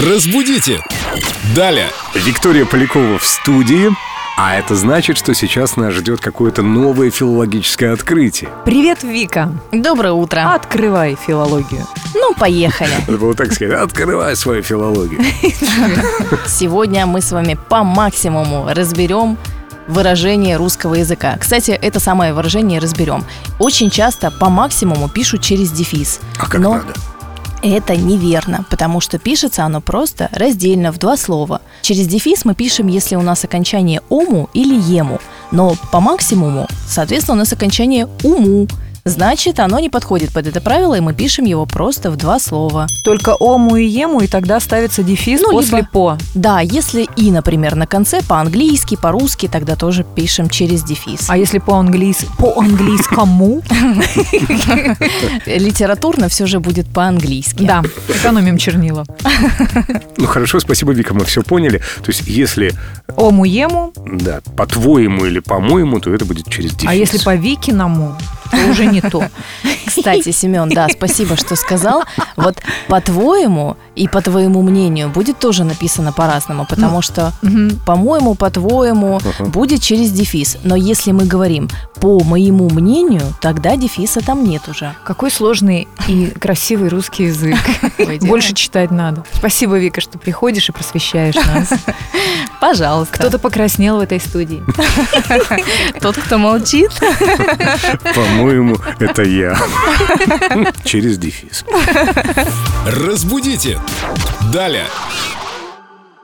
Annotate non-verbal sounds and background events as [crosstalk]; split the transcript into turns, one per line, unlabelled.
Разбудите! Далее!
Виктория Полякова в студии. А это значит, что сейчас нас ждет какое-то новое филологическое открытие.
Привет, Вика.
Доброе утро.
Открывай филологию.
Ну, поехали.
Надо было так сказать, открывай свою филологию.
Сегодня мы с вами по максимуму разберем выражение русского языка. Кстати, это самое выражение разберем. Очень часто по максимуму пишут через дефис.
А как
но
надо?
Это неверно, потому что пишется оно просто раздельно в два слова. Через дефис мы пишем, если у нас окончание ому или ему, но по максимуму, соответственно, у нас окончание уму. Значит, оно не подходит под это правило, и мы пишем его просто в два слова.
Только ому и ему, и тогда ставится дефис
Ну,
после
либо-
по.
Да, если и, например, на конце по-английски, по-русски, тогда тоже пишем через дефис.
А если по-английски, по-английскому?
Литературно все же будет по-английски.
Да, экономим чернила.
Ну хорошо, спасибо, Вика, мы все поняли. То есть, если,
Ому ему,
да, по-твоему или по-моему, то это будет через дефис.
а если по-викиному, то уже
[laughs]
не то.
А Кстати, Семен, да, спасибо, что сказал. Вот по-твоему и по твоему мнению будет тоже написано по-разному, потому что
Мгм.
по-моему, по-твоему
Ага.
будет через дефис. Но если мы говорим по моему мнению, тогда дефиса там нет уже.
Какой сложный и красивый русский язык. Больше читать надо. Спасибо, Вика, что приходишь и просвещаешь нас.
пожалуйста.
Кто-то покраснел в этой студии.
тот, кто молчит.
По-моему, это
[laughs]
я. Через дефис.
Разбудите! Далее!